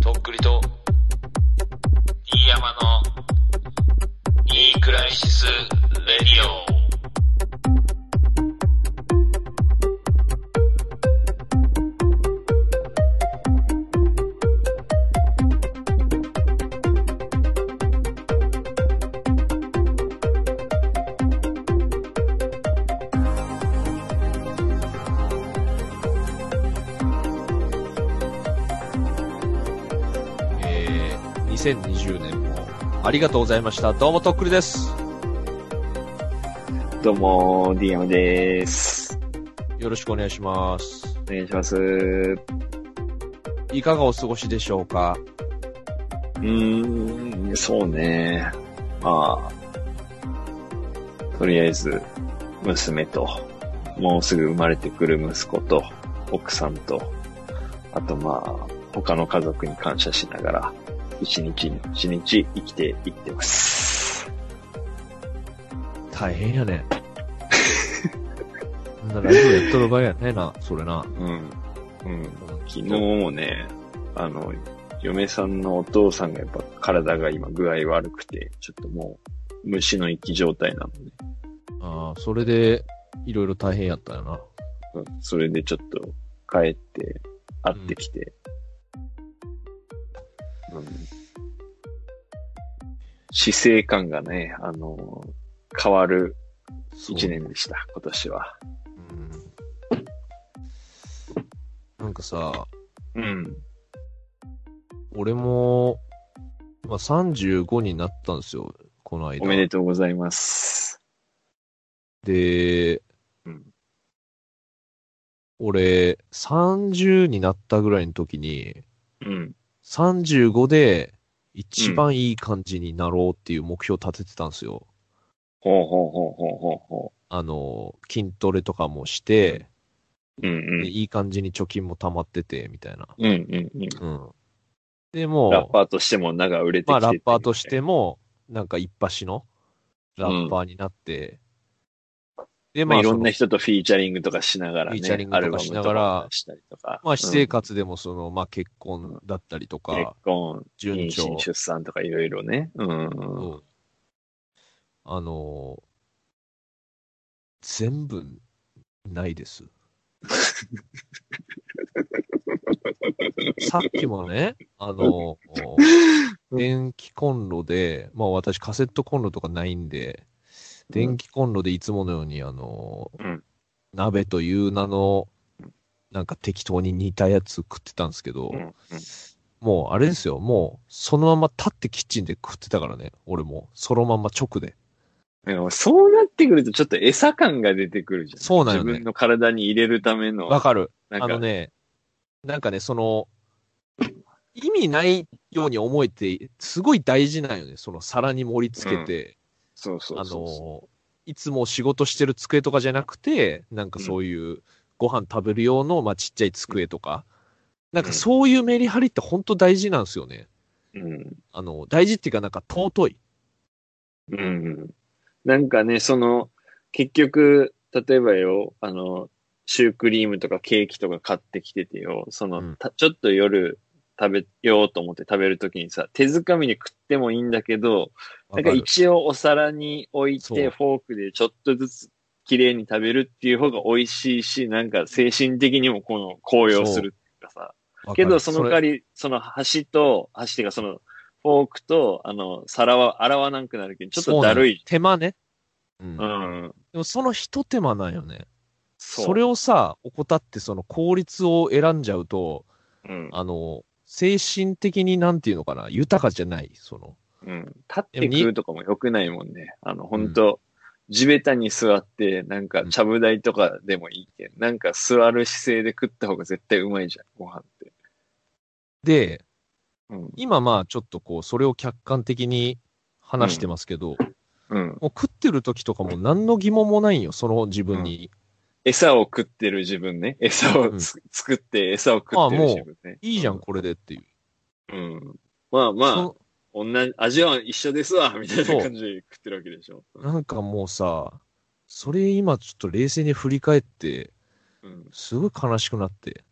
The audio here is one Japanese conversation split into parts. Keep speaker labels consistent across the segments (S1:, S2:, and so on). S1: とっくりと、飯山の、いいクライシス・レディオ。
S2: えー、2020年もありがとうございました。どうもとっくりです。
S3: どうも、DM でーす。
S2: よろしくお願いします。
S3: お願いします。う
S2: いかがお過ごしでしょうか
S3: ーん、そうね。まあ、とりあえず、娘と、もうすぐ生まれてくる息子と、奥さんと、あとまあ、他の家族に感謝しながら、一日一日生きていってます。
S2: 大変や ね。なんだラジオやっとる場合やねえな、それな。
S3: うん。うん。昨日もね、あの、嫁さんのお父さんがやっぱ体が今具合悪くて、ちょっともう虫の息状態なので、
S2: ああ、それで、いろいろ大変やったよな。
S3: うんそれでちょっと帰って会ってきて、うん姿勢感がね、あの、変わる
S2: そう
S3: 一。年でした、今年は。
S2: うんなんかさ、
S3: うん。
S2: 俺も、まあ、35になったんですよ、この間。
S3: おめでとうございます。
S2: で、
S3: うん
S2: 俺、30になったぐらいの時に、
S3: うん。
S2: 35で一番いい感じになろうっていう目標立ててたんですよ。
S3: ほうほうほうほうほうほ
S2: あの、筋トレとかもして、
S3: う。うん
S2: で
S3: うん。
S2: いい感じに貯金も溜まってて、みたいな。
S3: うんうんうん。
S2: うん。で
S3: ラッ
S2: もう、
S3: パーとしても名が売れてきて
S2: まあラッパーとし。ても、なんか一発のラッパーになって、で、
S3: ま
S2: ま
S3: あ、
S2: あ、
S3: いろんな
S2: その
S3: 人とフィーチャリングとかしながらね。
S2: フィーチャリングとかしながら
S3: アルバムとかしたりとか。
S2: まあ、私生活でもその、まあ結婚だったりと
S3: うん、結
S2: か、
S3: 婚、妊
S2: 順調
S3: 娠、出産とかいろいろね。うん。
S2: そうあのー全部ないです。さっきも ね、あのー電気コンロで、まあ私カセットコンロとかないんで、電気コンロでいつものように、あのー
S3: うん
S2: 鍋という名の、なんか適当に煮たやつ食ってたんですけど、
S3: うんうん
S2: もうあれですよ、もうそのまま立ってキッチンで食ってたからね、俺も、そのまま直で。
S3: でもそうなってくるとちょっと餌感が出てくるじゃん。
S2: そうなのよね
S3: 自分の体に入れるための。
S2: わかる。
S3: なん
S2: あ
S3: か
S2: のね、なんかね、その、意味ないように思えて、すごい大事なんよね、その皿に盛り付けて、
S3: そうそう
S2: あ
S3: そうそ
S2: の、いつも仕事してる机とかじゃなくて、なんかそういう、ご飯食べる用の、まあ、ちっちゃい机とか、なんかそういうメリハリって本当大事なんですよね。
S3: う。うん。
S2: あの、大事っていうか、なんか尊い。
S3: うん。なんかね、その、結局、例えばよ、あの、シュークリームとかケーキとか買ってきててよ、その、
S2: うん
S3: たちょっと夜食べようと思って食べるときにさ、手づかみで食ってもいいんだけど、な
S2: わ
S3: んか
S2: かる
S3: 一応お皿に置い
S2: そう
S3: て、フォークでちょっとずつ綺麗に食べるっていう方が美味しいし、なんか精神的にもこの高揚するっていうかさ、
S2: わかる
S3: けど、その代わ
S2: れ
S3: り、その箸と、箸っていうか、その、フォークと、あの、皿は洗わなくなるけど、ちょっとだるい。
S2: そうなの手間ね。うん
S3: う。ん。
S2: でもその一手間なんよね。
S3: そう。
S2: それをさ、怠ってその効率を選んじゃうと、
S3: うん。
S2: あの、精神的になんていうのかな、豊かじゃない、その。
S3: うん。立って食うとかも良くないもんね。あの、本当、地べたに座って、なんか、ちゃぶ台とかでもいいけん。なんか、座る姿勢で食った方が絶対うまいじゃん、ご飯って。
S2: で、
S3: うん。
S2: 今まあちょっとこう、それを客観的に話してますけど、
S3: うん。
S2: もう食ってる時とかも何の疑問もないんよ、その自分に。
S3: 餌を食ってる自分ね。餌をつ、作って、餌を食ってる自分ね。
S2: いいじゃん、これでっていう。
S3: うん。まあまあ、同じ、味は一緒ですわ、みたいな感じで食ってるわけでしょ。
S2: そなんかもうさ、それ今ちょっと冷静に振り返って、
S3: うん。
S2: すごい悲しくなって。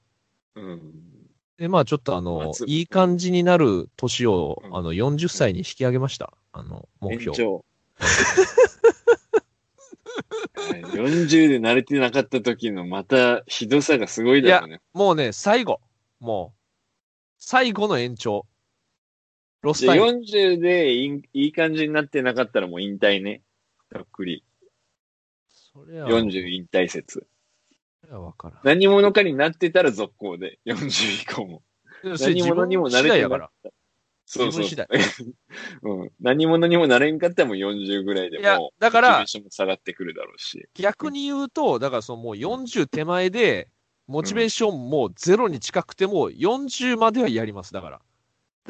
S3: うん。
S2: で、まあちょっとあの、
S3: 松
S2: いい感じになる年を
S3: う、ん
S2: あの、40歳に引き上げました。あの、目
S3: 延
S2: 標。
S3: 長。 はい40で慣れてなかった時のまたひどさがすごいだろうね。
S2: もうね、最後。もう、最後の延長。ロス
S3: じゃあ
S2: タイム。
S3: 40でいいいい感じになってなかったらもう引退ね。ざっくり。
S2: それは、そ
S3: 40引退説。
S2: れはわからん。
S3: 何者かになってたら続行で。40以降も。何者にもなれてない
S2: やから。
S3: そうそう。
S2: 自分
S3: うん、何者にもなれんかったらもう40ぐらいで
S2: いや
S3: もう、
S2: だから
S3: モチベーションも下がってくるだろうし。
S2: 逆に言うと、だからそのもう40手前で、モチベーションもうゼロに近くても、40まではやります、だから。だか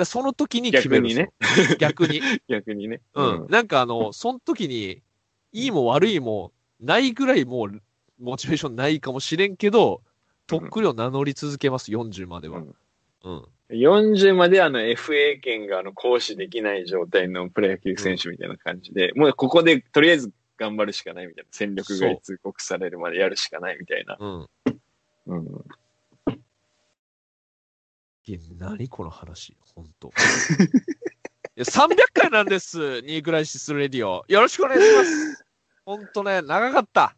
S2: らその時に決める。
S3: 逆にね
S2: そう。逆に。
S3: 逆にね。
S2: うん。。なんかあの、その時に、いいも悪いも、ないぐらいもう、モチベーションないかもしれんけど、とっくりを名乗り続けます、40までは。
S3: う
S2: うんん。
S3: 40まであの FA 権があの行使できない状態のプロ野球選手みたいな感じで、もうここでとりあえず頑張るしかないみたいな。戦力外通告されるまでやるしかないみたいな。
S2: うん。
S3: うん。
S2: いや何この話、本 当いや300回なんです、ニークライシスレディオ。よろしくお願いします。本当ね、長かった。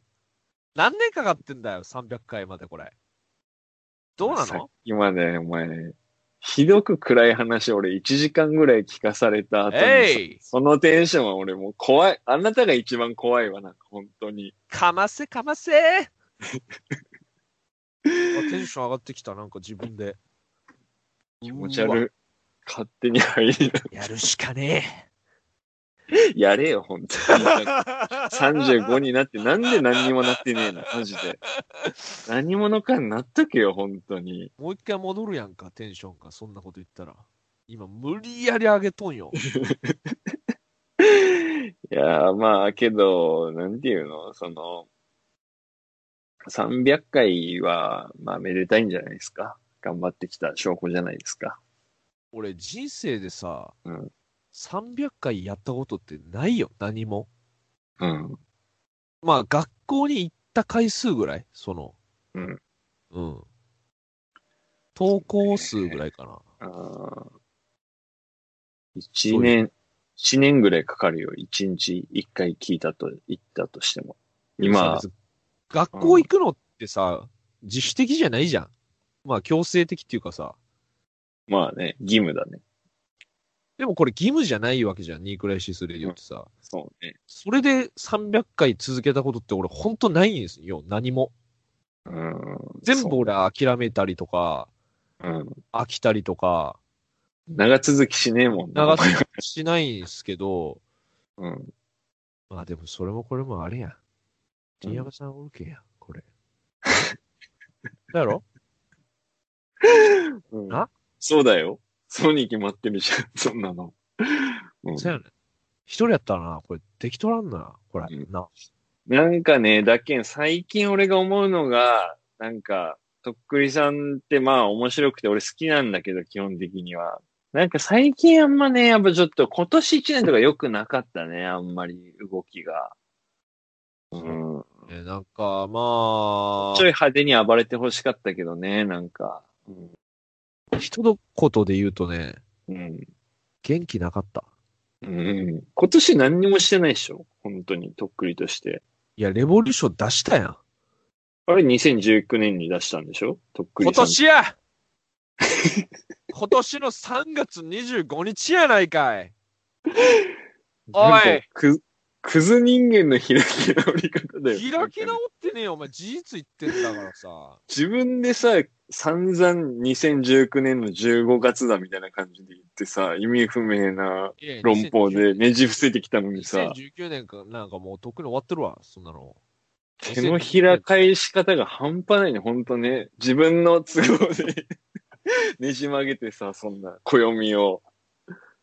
S2: 何年かかってんだよ、300回までこれ。どうな
S3: さっ
S2: の
S3: きまでお前、ひどく暗い話俺1時間ぐらい聞かされた後にさ
S2: えい
S3: そのテンションは俺もう怖い。あなたが一番怖いわ、なんか本当に。
S2: かませかま せあテンション上がってきた、なんか自分で。
S3: 気持ち
S2: うわ
S3: 悪い。勝手に入りな。
S2: やるしかね
S3: やれよ、本当 に。
S2: え。
S3: 35になって、なんで何にもなってねえの、マジで。何者かになっとけよ、本当に。
S2: もう一回戻るやんか、テンションが、そんなこと言ったら。今、無理やり上げとんよ。
S3: いやー、まあ、けど、なんていうの、その、300回は、まあ、めでたいんじゃないですか。頑張ってきた証拠じゃないですか。
S2: 俺、人生でさ、
S3: うん
S2: 300回やったことってないよ、何も。
S3: うん。
S2: まあ、学校に行った回数ぐらい、その、
S3: うん。
S2: うん。投稿数ぐらいかな。
S3: あー一年、一年ぐらいかかるよ。一日一回聞いたと、言ったとしても。今
S2: さ、別に学校行くのってさ、自主的じゃないじゃん。まあ、強制的っていうかさ、
S3: まあね、義務だね。
S2: でもこれ義務じゃないわけじゃん、ニークライシスレディオってさ。
S3: そうね。
S2: それで300回続けたことって俺ほんとないんですよ、何も。
S3: うん。
S2: 全部俺諦めたりとか、
S3: そう。うん。
S2: 飽きたりとか、
S3: 長続きしねえもん
S2: 長
S3: な。
S2: 続きしないんですけど、
S3: うん。
S2: まあでもそれもこれもあれや。ティヤマさんおるけや、これ。だろ
S3: うん
S2: な
S3: そうだよ。そうに決まってるじゃん。 そんなの。うん
S2: そうやね。一人やったらな、これできとらんな、これ。
S3: うん
S2: な。
S3: なんかね、だけん最近俺が思うのが、なんか、とっくりさんってまあ面白くて俺好きなんだけど、基本的には。なんか最近あんまね、やっぱちょっと今年一年とか良くなかったね、あんまり動きが。うん。
S2: えなんか、まあ
S3: ちょい、派手に暴れて欲しかったけどね、なんか。うん。
S2: 一言で言うとね、
S3: うん。
S2: 元気なかった。
S3: うん、今年何にもしてないでしょ本当に、とっくりとして。
S2: いや、レボリューション出したやん。
S3: あれ2019年に出したんでしょとっくり
S2: 今
S3: さん。
S2: 年や今年の3月25日やないかいおい
S3: なんかく、クズ人間の開き直り方だ
S2: 開
S3: よ。
S2: き直ってねえよ、お前事実言ってんだからさ。
S3: 自分でさ、散々2019年の15月だみたいな感じで言ってさ、意味不明ない
S2: や
S3: 論法でねじ伏せてきたのにさ、
S2: 2019年かなんかもうとっくに終わってるわ、そんなの。
S3: 手のひら返し方が半端ないね、ほんとね。自分の都合で ねじ曲げてさ、そんな暦を。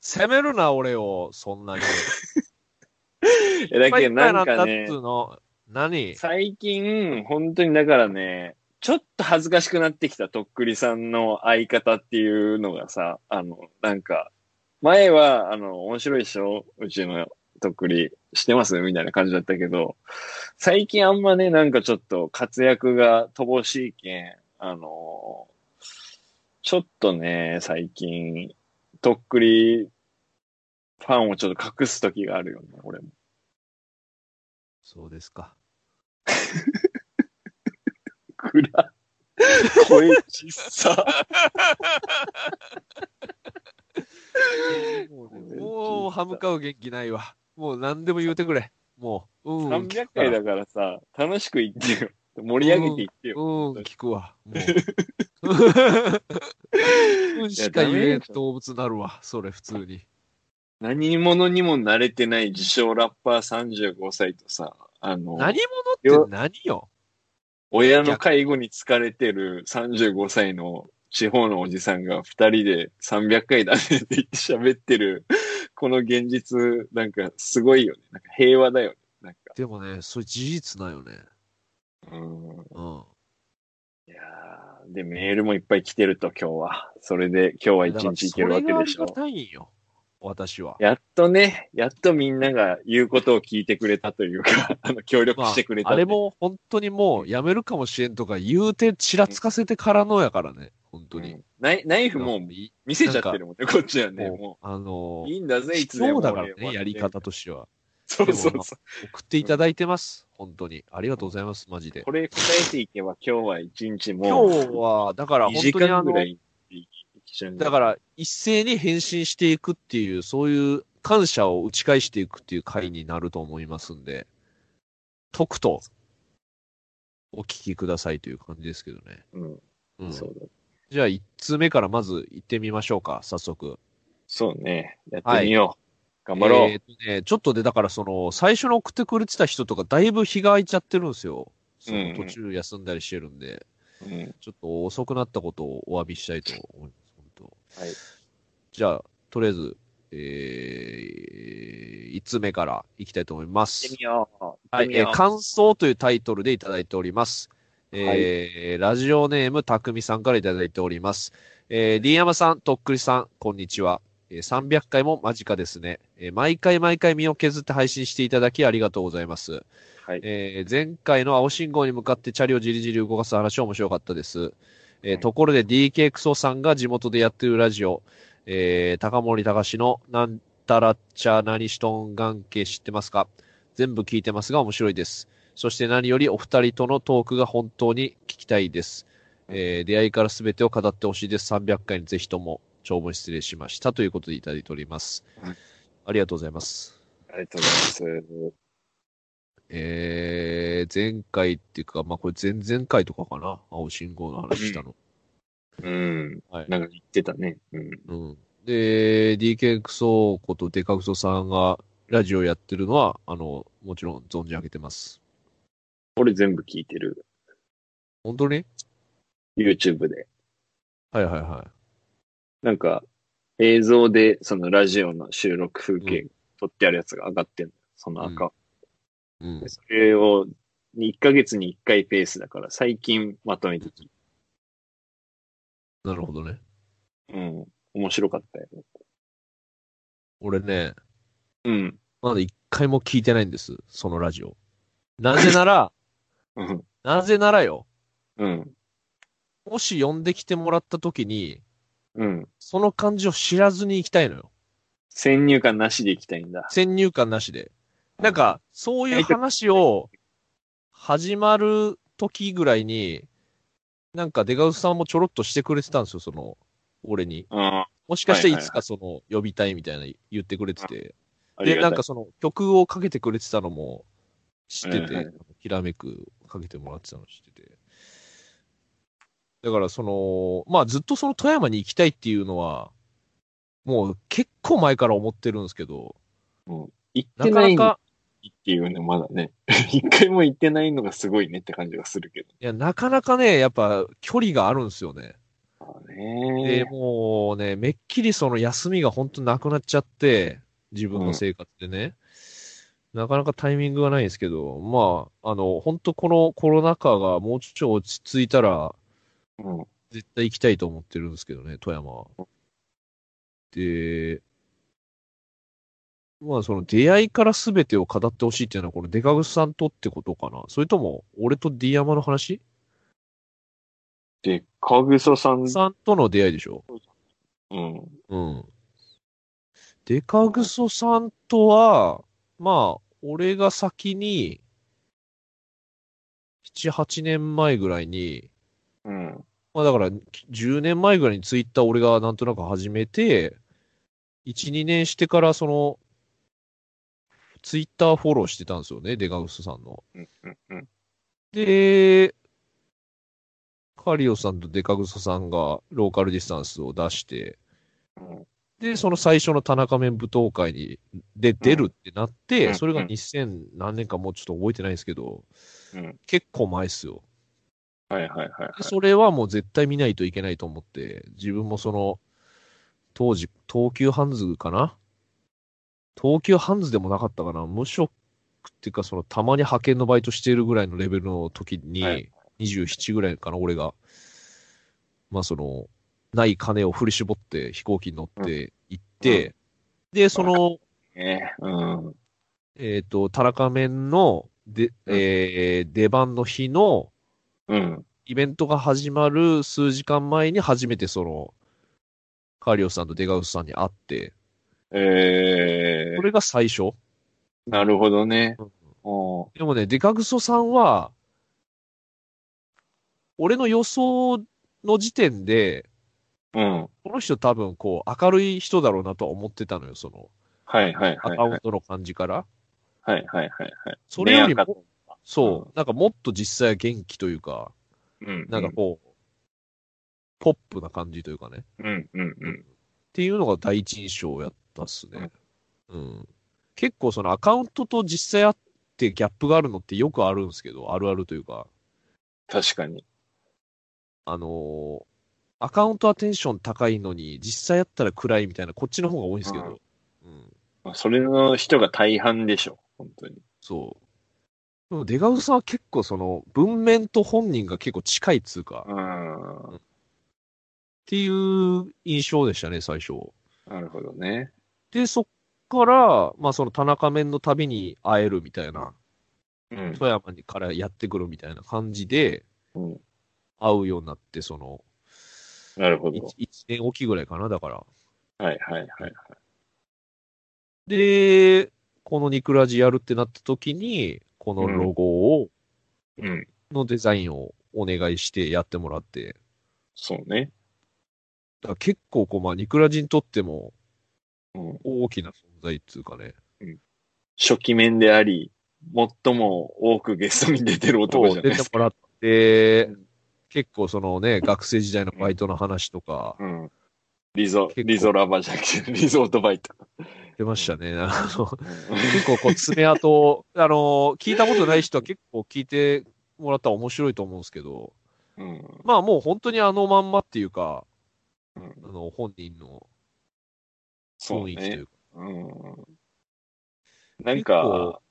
S2: 攻めるな、俺を、そんなに。
S3: え、だけ
S2: いっぱい
S3: どなん
S2: いっぱいな
S3: か
S2: んだ
S3: ね
S2: っつ。うの。何
S3: 最近、本当にだからね、ちょっと恥ずかしくなってきた、とっくりさんの相方っていうのがさ、あの、なんか、前は、あの、面白いでしょうちのとっくり、してますみたいな感じだったけど、最近あんまね、なんかちょっと活躍が乏しいけん、あの、ちょっとね、最近、とっくり、ファンをちょっと隠す時があるよね、俺も。
S2: そうですか。
S3: 暗。声小さ。
S2: もう,、もう歯向かう元気ないわ。もう何でも言うてくれ。もう、うん、うん聞く
S3: 300
S2: から
S3: 回だからさ、楽しく言ってよ。盛り上げていってよ。
S2: うん、
S3: 当に
S2: 聞くわ。も う。うんしか言えん動物なるわ、それ普通に。
S3: 何者にも慣れてない自称ラッパー35歳とさ、あの、
S2: 何者って何よ
S3: 親の介護に疲れてる35歳の地方のおじさんが2人で300回だねって言って喋ってる、この現実、なんかすごいよね。なんか平和だよね。なんか。
S2: でもね、それ事実なんよね。
S3: うん。
S2: うん。
S3: いやーで、メールもいっぱい来てると今日は。それで今日は一日いけるわけ
S2: だ。からそれ
S3: でしょ
S2: がありがたいんよ。私は。
S3: やっとね、やっとみんなが言うことを聞いてくれたというか、 あの、協力してくれた
S2: あ
S3: とい
S2: れ
S3: う、
S2: も本当にもうやめるかもしれんとか言うてちらつかせてからのやからね、本当
S3: う
S2: に。
S3: んナイナイフもう
S2: い
S3: 見せちゃってるもんね、こっちはね。も
S2: もう、あの
S3: う、いいんだぜ、いつ
S2: そ
S3: でも
S2: う
S3: 俺
S2: だ
S3: は。
S2: からね、やり方としては。
S3: そうそうそう。
S2: 送っていただいてます、本当に。ありがとうございます、マジで。
S3: これ答えていけば今日は一日
S2: 今
S3: もう
S2: 日は、だから
S3: 2
S2: 本
S3: 時
S2: 当にあ
S3: 間
S2: の
S3: ぐ、らい一緒に
S2: だから一斉に返信していくっていう、そういう感謝を打ち返していくっていう回になると思いますんで、とくと、お聞きくださいという感じですけどね。
S3: うん、
S2: うん、
S3: そうだ。
S2: じゃあ、1通目からまず行ってみましょうか、早速。
S3: そうね。やってみよう。頑張ろう。
S2: えーとね、ちょっとで、だからその、最初の送ってくれてた人とか、だいぶ日が空いちゃってるんですよ。そ
S3: うんう
S2: の
S3: ん
S2: 途中休んだりしてるんで、
S3: うん、はい。
S2: ちょっと遅くなったことをお詫びしたいと思います、本当。
S3: はい。
S2: じゃあ、とりあえず、えー、1通目からいきたいと思いま
S3: 行って
S2: す。
S3: みよう。行っ
S2: は
S3: て
S2: い、
S3: み
S2: え
S3: よ
S2: ー
S3: う。
S2: 感想というタイトルでいただいております。えーラジオネームたくみさんからいただいております。えー、D 山さん、とっくりさん、こんにちは。えー300回も間近ですね。えー毎回毎回身を削って配信していただきありがとうございます。
S3: はい。
S2: えー前回の青信号に向かってチャリをじりじり動かす話面白かったです。えー
S3: はい
S2: ところで DK クソさんが地元でやってるラジオ、えー高森隆のなんたらっちゃ何しとんがんけ知ってますか全部聞いてますが面白いです。そして何よりお二人とのトークが本当に聞きたいです。えー出会いから全てを語ってほしいです。300回にぜひとも長文失礼しました。ということでいただいております
S3: はい。
S2: ありがとうございます。
S3: ありがとうございます。
S2: えー、前回っていうか、まあ、これ前々回とかかな。青信号の話したの。
S3: うん。
S2: はい
S3: なんか言ってたね。うん。
S2: うん。で、DK クソことデカクソさんがラジオやってるのは、あの、もちろん存じ上げてます。
S3: 俺全部聞いてる。
S2: 本当に
S3: YouTube で。
S2: はいはいは
S3: なんか、映像で、そのラジオの収録風
S2: う
S3: 景撮ってあるやつが上がってんの。その赤
S2: い。うん
S3: で。それを1ヶ月に1回ペースだから、最近まとめてき
S2: なるほどね。
S3: うん。面白かったよ。
S2: 俺ね、
S3: うん。
S2: まだ一回も聞いてないんです。そのラジオ。なぜな ら、
S3: うん。
S2: なぜならよ。
S3: うん。
S2: もし呼んできてもらった時に、
S3: うん。
S2: その感じを知らずに行きたいのよ。
S3: 先入観なしで行きたいんだ。
S2: 先入観なしで。なんか、そういう話を、始まる時ぐらいに、なんか出川さんもちょろっとしてくれてたんですよ、その、俺に。
S3: うん。あ
S2: もしかして
S3: はい
S2: い
S3: はいは
S2: つ
S3: い
S2: かその、呼びたいみたいな言ってくれてて。
S3: り
S2: で、な
S3: が
S2: ん
S3: たい
S2: か。その、曲をかけてくれてたのも知って
S3: はい
S2: て
S3: は、
S2: ひらめくかけてもらってたの知ってて。だからその、まあずっとその富山に行きたいっていうのは、もう結構前から思ってるんですけど、
S3: 行っ
S2: な
S3: て
S2: か
S3: な
S2: ないか、
S3: っていうね、まだね。 一回も行ってないのがすごいねって感じがするけど。
S2: いや、なかなかね、やっぱ距離があるんですよね。
S3: あー
S2: で、
S3: ね
S2: もうね、めっきりその休みが本当なくなっちゃって、自分の生活でね、なかなかタイミングがないんですけど、まあ、あの、本当このコロナ禍がもうちょっと落ち着いたら、
S3: うん。
S2: 絶対行きたいと思ってるんですけどね、富山は。で、まあその出会いから全てを語ってほしいっていうのは、このデカグスさんとってことかなそれとも、俺と D 山の話
S3: で、かぐささん、
S2: さんとの出会いでしょ
S3: うん。
S2: うん。デカグソさんとは、まあ、俺が先に、7、8年前ぐらいに、
S3: うん。
S2: まあだから、10年前ぐらいにツイッター俺がなんとなく始めて、1、2年してからその、ツイッターフォローしてたんですよね、デカグソさんの。
S3: うん。うんうん。
S2: で、カリオさんとデカグソさんがローカルディスタンスを出して、
S3: うん。
S2: で、その最初の田中面舞踏会に、で、出るってなって、
S3: うん
S2: それが2000何年かもうちょっと覚えてないですけど、
S3: うん
S2: 結構前っすよ。
S3: はいはいはいはい
S2: で。それはもう絶対見ないといけないと思って、自分もその、当時、東急ハンズかな東急ハンズでもなかったかな無職っていうか、その、たまに派遣のバイトしているぐらいのレベルの時に、
S3: はい
S2: 27ぐらいかな、俺が。まあ、その、ない金を振り絞って飛行機に乗って行って、で、その、
S3: ねうん。
S2: えっ、と、田中面の、で、えー出番の日の、
S3: うん。
S2: イベントが始まる数時間前に初めてその、カリオさんとデガウスさんに会って、
S3: え
S2: これが最初。
S3: ー、なるほどね。
S2: うん
S3: お
S2: でもね、デカグソさんは、俺の予想の時点で、
S3: うん。
S2: この人多分こう明るい人だろうなとは思ってたのよ、その
S3: はいはい
S2: ア
S3: はい
S2: カウ
S3: は
S2: ン
S3: い。
S2: トの感じから。
S3: はいはいはいはい。
S2: それより
S3: ね
S2: も、
S3: う
S2: そ
S3: ん
S2: う、なんかもっと実際は元気というか、
S3: うん。
S2: なんかこう、ポップな感じというかね。
S3: うんうんうん。
S2: っていうのが第一印象やったっすね。うん。結構そのアカウントと実際あってギャップがあるのってよくあるんですけど、あるあるというか、
S3: 確かに。
S2: あのーアカウントはテンション高いのに、実際やったら暗いみたいな、こっちの方が多いんですけど、うん。
S3: まあそれの人が大半でしょ。本当に。
S2: そう。でも出川さんは結構その、文面と本人が結構近いっつうか、っ
S3: うん。
S2: ていう印象でしたね、最初。
S3: なるほどね。
S2: で、そっから、まあその田中面の旅に会えるみたいな。
S3: うん。
S2: 富山にからやってくるみたいな感じで、
S3: うん
S2: 会うようになって、その、
S3: なるほど。
S2: 1年おきぐらいかな、だから。
S3: はいはいはいはい。
S2: で、このニクラジやるってなった時に、このロゴを、
S3: うん。
S2: のデザインをお願いしてやってもらって、
S3: そうね。
S2: だから結構こう、まあ、ニクラジにとっても
S3: うん。
S2: 大きな存在っていうかね。
S3: 初期面であり、最も多くゲストに出てる男じゃない
S2: 出
S3: で
S2: て
S3: す
S2: も
S3: か。
S2: らって
S3: うん、
S2: 結構そのね、学生時代のバイトの話とか、
S3: うん。リゾ、
S2: 結構
S3: リゾラバじゃなくて、 リゾートバイト。
S2: 出ましたね。あの、
S3: う
S2: 結構こう爪痕を、あのー聞いたことない人は結構聞いてもらったら面白いと思うんですけど、
S3: ん。うん
S2: まあもう本当にあのまんまっていうか、
S3: うん
S2: あの本人の
S3: そう
S2: 雰囲気とい
S3: ね。
S2: うか。
S3: うん。なんか、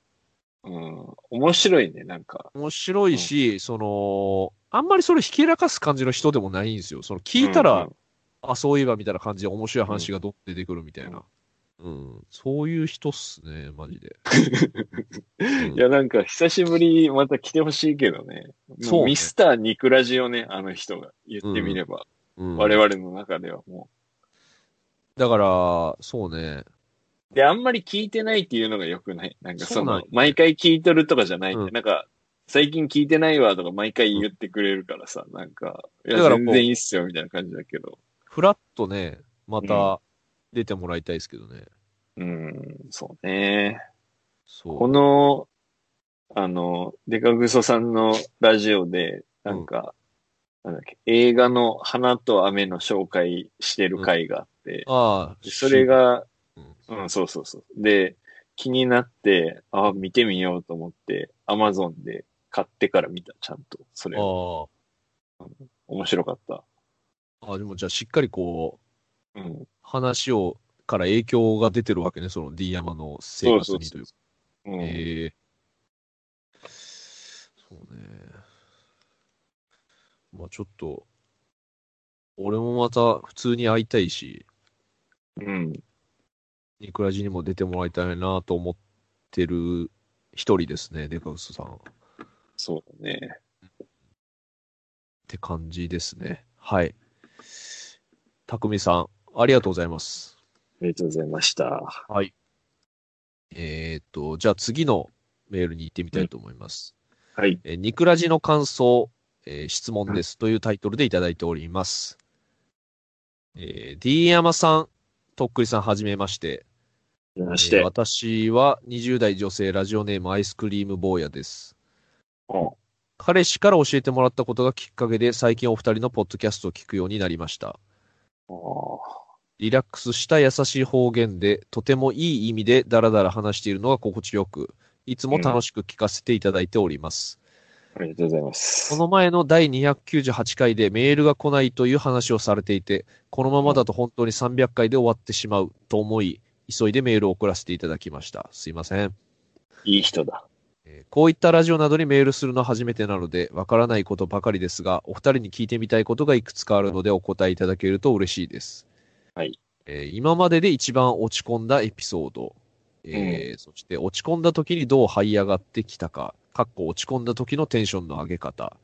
S3: うん。面白いね、なんか。
S2: 面白いし、その、あんまりそれひけらかす感じの人でもないんですよ。その聞いたら、
S3: うんうん
S2: あ、そういえばみたいな感じで面白い話がどっと出てくるみたいな。うん、そういう人っすね、マジで。うん
S3: いや、なんか、久しぶり、また来てほしいけどね。
S2: そう
S3: も
S2: ね
S3: うミスターニクラジオね、あの人が言ってみれば、
S2: うん
S3: 我々の中ではも
S2: だから、そうね。
S3: う。で、あんまり聞いてないっていうのが良くない。なんか、そ
S2: そうなん
S3: の
S2: よ、
S3: 毎回聞いとるとかじゃないって、
S2: うん
S3: なんか、最近聞いてないわとか毎回言ってくれるからさ、なんか、いや、
S2: だからこう
S3: 全然いいっすよみたいな感じだけど。
S2: フラッとね、ま
S3: う
S2: た出てもらいたいですけどね。
S3: うん、そうね。
S2: そう。
S3: この、あの、デカグソさんのラジオで、なんか、なんだっけ、映画の花と雨の紹介してる回があって、
S2: ああ、
S3: それが、
S2: う
S3: うん、そうそうそう。で、気になって、あ、見てみようと思って、アマゾンで買ってから見た、ちゃんと。それ、
S2: ん、
S3: 面白かった。
S2: ああ、あでもじゃあしっかりこう、
S3: うん、
S2: 話を、から影響が出てるわけね、その D 山の生活にというか。
S3: うん。
S2: ええそうね。まあちょっと、俺もまた普通に会いたいし、
S3: うん。
S2: ニクラジにも出てもらいたいなと思ってる一人ですね、デカウスさん。
S3: そうだね。
S2: って感じですね。はい。たくみさん、ありがとうございます。
S3: りがとうございました。
S2: はい。えーっと、じゃあ次のメールに行ってみたいと思います。
S3: はい。
S2: えーニクラジの感想、えー質問ですというタイトルでいただいております。えー、D 山さん、とっくりさん、はじめまして。
S3: まし
S2: えー
S3: て。
S2: 私は20代女性ラジオネームアイスクリーム坊やです。
S3: お
S2: 彼氏から教えてもらったことがきっかけで最近お二人のポッドキャストを聞くようになりました。
S3: お
S2: リラックスした優しい方言で、とてもいい意味でダラダラ話しているのが心地よく、いつも楽しく聞かせていただいております。
S3: ありがとうございます。
S2: この前の第298回でメールが来ないという話をされていて、このままだと本当に300回で終わってしまうと思い、急いでメールを送らせていただきました。すいません。
S3: いい人だ。
S2: えーこういったラジオなどにメールするのは初めてなので、わからないことばかりですが、お二人に聞いてみたいことがいくつかあるのでお答えいただけると嬉しいです。
S3: はい。
S2: えー今までで一番落ち込んだエピソード、えーそして落ち込んだ時にどう這い上がってきたか、かっこ落ち込んだ時のテンションの上げ方、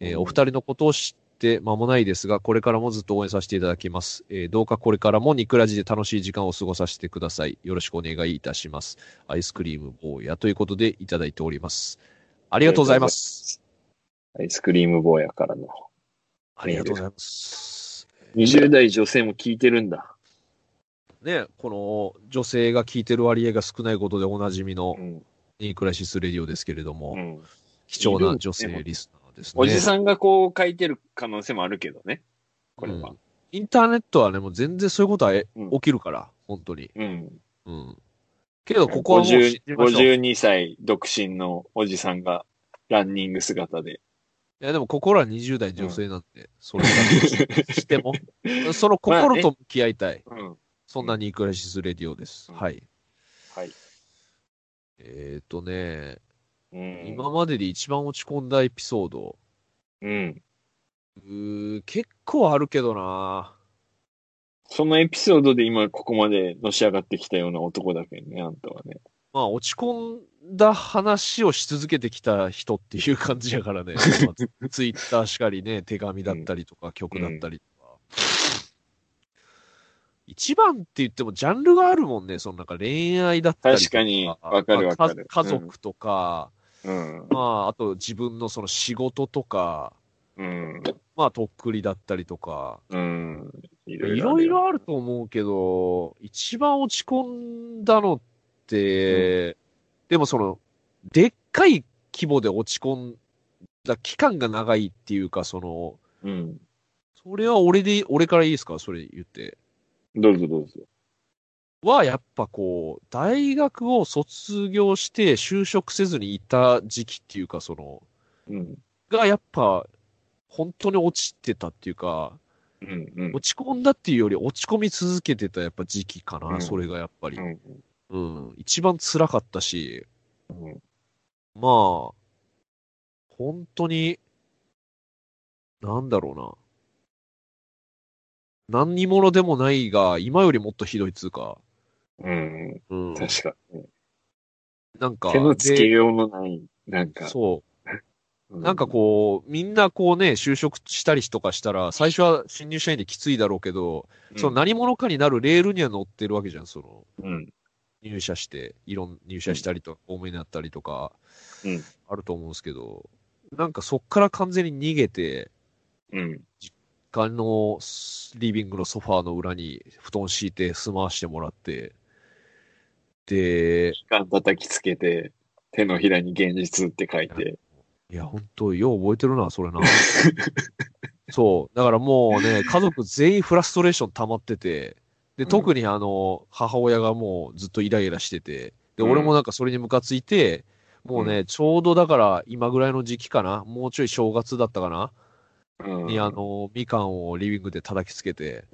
S2: えー
S3: うん
S2: お二人のことを知って間もないですが、これからもずっと応援させていただきます。えーどうかこれからもニクラジで楽しい時間を過ごさせてください。よろしくお願いいたします。アイスクリーム坊やということでいただいております。ありがとうございます。
S3: アイスクリーム坊やからの。
S2: ありがとうございます。
S3: 20代女性も聞いてるんだ。
S2: ね、この女性が聞いてる割合が少ないことでおなじみの
S3: うん。
S2: ニークラシスレディオですけれども、
S3: うん。
S2: 貴重な女性リスナーですね。
S3: おじさんがこう書いてる可能性もあるけどね。これは
S2: うん。インターネットはね、もう全然そういうことはえ
S3: うん
S2: 起きるから、本当に。
S3: うん。
S2: うん。けど、ここはもう知りましょう。い
S3: 52歳独身のおじさんがランニング姿で。
S2: や、でも心は20代女性なんで、それからして も、その心と向き合いたい。
S3: うん。
S2: そんなニークラシスレディオです。
S3: うん
S2: はい。
S3: はい。
S2: えっ、ー、とね、
S3: うん。
S2: 今までで一番落ち込んだエピソード。
S3: うん。
S2: うー結構あるけどな
S3: そのエピソードで今ここまでのし上がってきたような男だけどね、あんたはね。
S2: まあ、落ち込んだ話をし続けてきた人っていう感じやから ね。まあツイッターしかりね、手紙だったりとか、曲だったりとか。一番って言ってもジャンルがあるもんね。そのなんか恋愛だったりと
S3: 確かにわかるわかる
S2: まあ家族とか、
S3: うん。
S2: まあ、あと自分のその仕事とか、
S3: うん。
S2: まあ、とっくりだったりとか。
S3: うん。いろ
S2: い
S3: いろあ
S2: ろ
S3: る
S2: い
S3: よ。
S2: ろあると思うけど、一番落ち込んだのって、でもその、でっかい規模で落ち込んだ期間が長いっていうか、その、
S3: うん。
S2: それは俺で、俺からいいですかそれ言って。
S3: どうぞどうぞ。
S2: は、やっぱこう、大学を卒業して就職せずにいた時期っていうか、その、
S3: うん。
S2: がやっぱ、本当に落ちてたっていうか、
S3: うん。うん。
S2: 落ち込んだっていうより落ち込み続けてたやっぱ時期かな、
S3: うん
S2: それがやっぱり。
S3: うん
S2: うん、一番辛かったし、
S3: うん
S2: まあ、本当に、なんだろうな。何にものでもないが、今よりもっとひどいっつうか、
S3: うん。
S2: うん、
S3: 確かに。
S2: なんか、
S3: 手のつけ
S2: で
S3: ようのない、なんか。
S2: そうう、なんかこう、みんなこうね、就職したりとかしたら、最初は新入社員できついだろうけど、
S3: うん、
S2: その何者かになるレールには乗ってるわけじゃん、その、
S3: うん。
S2: 入社して、いろん、入社したりとか、多めになったりとか
S3: うん、
S2: あると思うんですけど、なんかそっから完全に逃げて、
S3: うん。
S2: 他のリビングのソファーの裏に布団敷いて住まわしてもらって、で、
S3: 時間叩きつけて、手のひらに現実って書いて。
S2: いや、本当よう覚えてるな、それな。 そう。だからもう ね、家族全員フラストレーション溜まってて、で、
S3: うん
S2: 特にあの、母親がもうずっとイライラしてて、で、
S3: うん
S2: 俺もなんかそれにムカついて、もうね、ちょうどだから今ぐらいの時期かな、もうちょい正月だったかな、
S3: うん。
S2: にあの、みかんをリビングで叩きつけ て、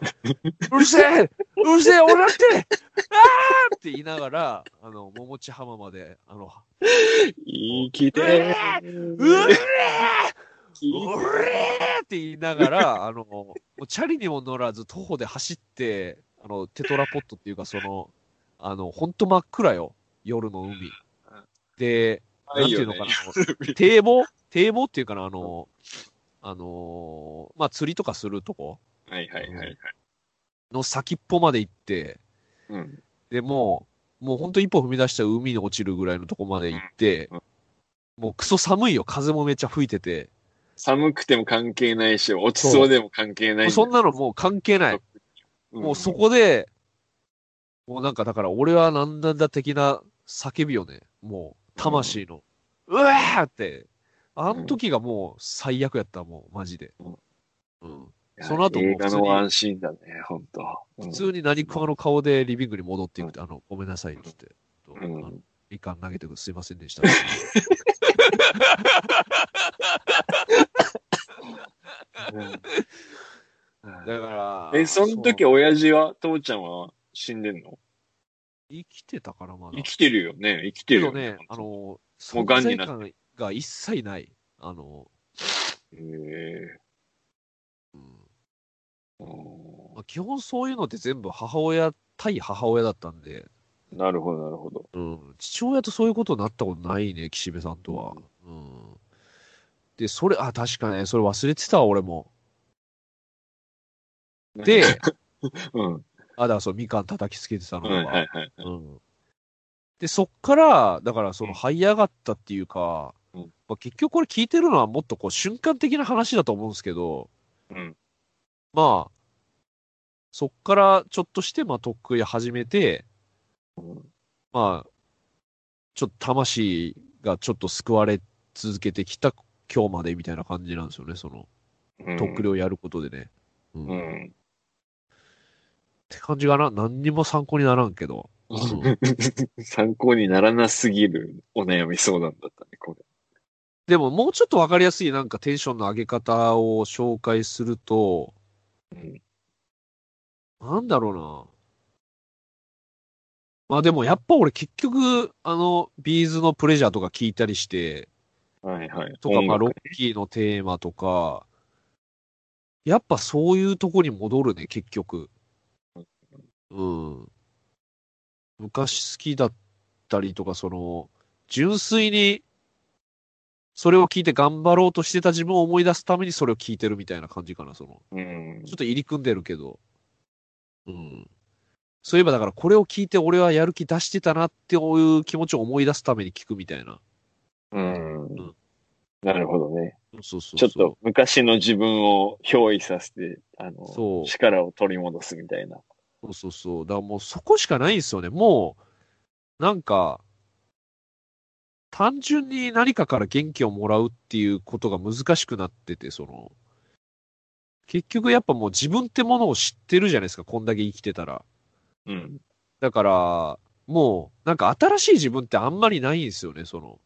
S2: うるせえうるせえ俺だってあーって言いながら、あの、桃地浜まで、あの、
S3: いい聞いて
S2: うえ
S3: ー
S2: うるせえ
S3: 聞いて
S2: うえーって言いなが ら、あの、もうチャリにも乗らず徒歩で走って、あの、テトラポットっていうか、その、あの、ほんと真っ暗よ。夜の海。で、なんていうのかな。
S3: な
S2: 堤防堤防っていうかな、あの、あのーまあ、釣りとかするとこ
S3: はいはいはいはい。
S2: の先っぽまで行って、
S3: うん。
S2: でもう、もう本当一歩踏み出したら海に落ちるぐらいのとこまで行って
S3: うん、
S2: もうクソ寒いよ、風もめっちゃ吹いてて、
S3: 寒くても関係ないし、落ちそうでも関係な
S2: もう
S3: い。
S2: そんなのもう関係ない。
S3: うん、
S2: もうそこで、もうなんかだから俺はなんなんだ的な叫びをね、もう魂の、うわーって、あの時がもう最悪やった、もうマジで。うん。
S3: いや
S2: その後も
S3: 映
S2: う普
S3: 画
S2: 通に
S3: のワンシーンだね、ほんと。
S2: 普通に何かの顔でリビングに戻っていくって、あの、ごめんなさいって言って、
S3: う
S2: あの
S3: ん。
S2: みかん投げてくすいませんでした。だから、
S3: え、その時
S2: そう
S3: 親父は、父ちゃんは死んでんの
S2: 生きてたからまだ。
S3: 生きてるよね、生き
S2: け
S3: てるよ
S2: ど
S3: ね
S2: ね、。あの、
S3: もう
S2: 存
S3: 癌
S2: 在
S3: になって
S2: 感が一切ない。あの、
S3: へえ
S2: うん
S3: う
S2: まあ基本そういうのって全部母親対母親だったんで、
S3: んなるほど、なるほど。
S2: うん、父親とそういうことになったことないね岸辺さんとは、うん、でそれあ確かねそれ忘れてたわ俺もで
S3: うん。
S2: あだからそうみかん叩きつけてたの
S3: は
S2: が、
S3: いはいはい。
S2: うん、でそっからだからその這い上がったっていうか、
S3: うん
S2: まあ、結局これ聞いてるのはもっとこう瞬間的な話だと思うんですけど
S3: うん。
S2: まあそっからちょっとしてまあ特訓始めて、
S3: うん
S2: まあ、ちょっと魂がちょっと救われ続けてきた今日までみたいな感じなんですよね、その、
S3: うん
S2: 特例をやることでね。うん
S3: う
S2: っ
S3: ん。
S2: て感じかな。何にも参考にならんけど。
S3: 参考にならなすぎるお悩み相談だったね、こ
S2: でも、もうちょっとわかりやすいなんかテンションの上げ方を紹介すると、
S3: れ。うん。
S2: なんだろうな。まあでもやっぱ俺結局、あの、ビーズのプレジャーとか聞いたりして、
S3: はいはい。
S2: とか、
S3: 音
S2: まあ、ロ
S3: 楽
S2: ッキーのテーマとか、やっぱそういうとこに戻るね、結局。うん。昔好きだったりとか、その、純粋に、それを聞いて頑張ろうとしてた自分を思い出すためにそれを聞いてるみたいな感じかな、その。
S3: うん
S2: ちょっと入り組んでるけど。うん。そういえばだからこれを聞いて俺はやる気出してたなっていう気持ちを思い出すために聞くみたいな。
S3: うん。なるほどね。
S2: そうそう
S3: ち
S2: そ
S3: ょ
S2: う。
S3: っと昔の自分を憑依させて、あ
S2: そ
S3: の、
S2: う
S3: 力を取り戻すみたいな。
S2: そうそうそう。だからもうそこしかないんですよね。もう、なんか、単純に何かから元気をもらうっていうことが難しくなってて、その、結局やっぱもう自分ってものを知ってるじゃないですか、こんだけ生きてたら。
S3: うん。
S2: だから、もう、なんか新しい自分ってあんまりないんですよね、その。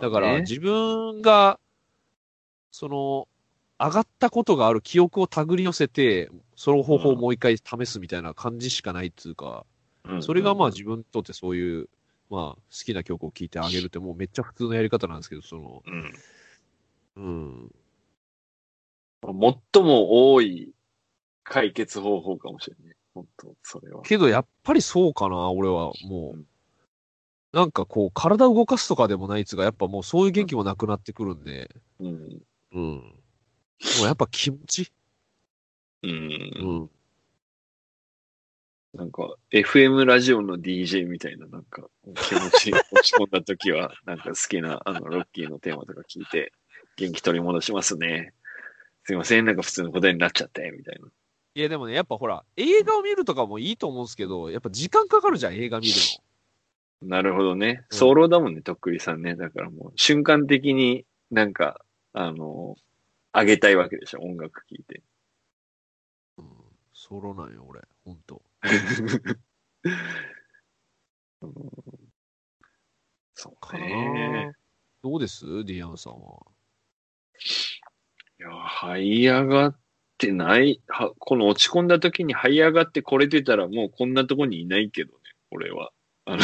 S2: だから
S3: ね
S2: 自分が、その、上がったことがある記憶を手繰り寄せて、その方法をもう一回試すみたいな感じしかないっていうか、それがまあ自分にとってそういう、まあ好きな曲を聴いてあげるってもうめっちゃ普通のやり方なんですけど、その、
S3: うん。
S2: うん。
S3: 最も多い解決方法かもしれない。本当それは。
S2: けどやっぱりそうかな、俺はも
S3: うん
S2: う。なんかこう体を動かすとかでもないっつうか、やっぱもうそういう元気もなくなってくるんで、
S3: うん。
S2: うん。もうやっぱ気持ち
S3: う。
S2: うんん。
S3: なんか、FM ラジオの DJ みたいな、なんか、気持 ち落ち込んだ時は、なんか好きな、あの、ロッキーのテーマとか聞いて、元気取り戻しますね。すいません、なんか普通の答えになっちゃって、みたいな。
S2: いやでもね、やっぱほら、映画を見るとかもいいと思うんですけど、やっぱ時間かかるじゃん、映画見る
S3: なるほどね。
S2: うん
S3: 早漏だもんね、とっくりさんね。だからもう、瞬間的になんか、あの、あげたいわけでしょ、音楽聴いて。
S2: の。うん。ソロなんよ、俺。ほんと。
S3: そう
S2: かな、
S3: ね。
S2: どうですディアンさんは。
S3: いや、這い上がってない、は、この落ち込んだ時に這い上がってこれてたらもうこんなとこにいないけどね、俺は。あの、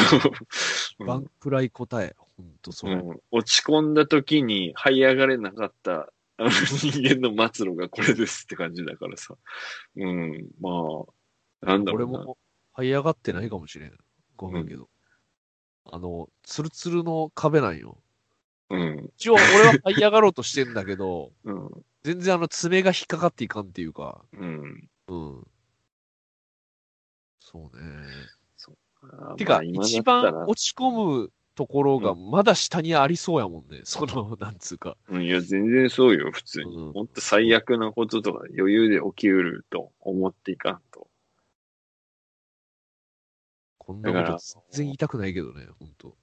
S2: バンプライ答え。ほんと、そ
S3: うん
S2: れ。
S3: うん落ち込んだ時に這い上がれなかった、あ の人間の末路がこれですって感じだからさ。うん、まあ、なんだろ
S2: 俺
S3: うな。
S2: も、這い上がってないかもしれん。ごめんけど。あの、ツルツルの壁なんよ。
S3: うん。
S2: 一応俺は這い上がろうとしてんだけ ど、
S3: うん。
S2: 全然あの爪が引っかかっていかんっていうか、
S3: うん。
S2: うん。そうね。
S3: あー
S2: て
S3: ま
S2: か、
S3: あ今だった
S2: 一
S3: ら
S2: 番落ち込むところがまだ下にありそうやもんね。 その、なんつうか。
S3: うん、いや、全然そうよ、普通に。
S2: うん
S3: もっと最悪なこととか余裕で起きうると思っていかんと。
S2: こんな
S3: だ
S2: こと
S3: から
S2: 全然言いたくないけどね、ほんと。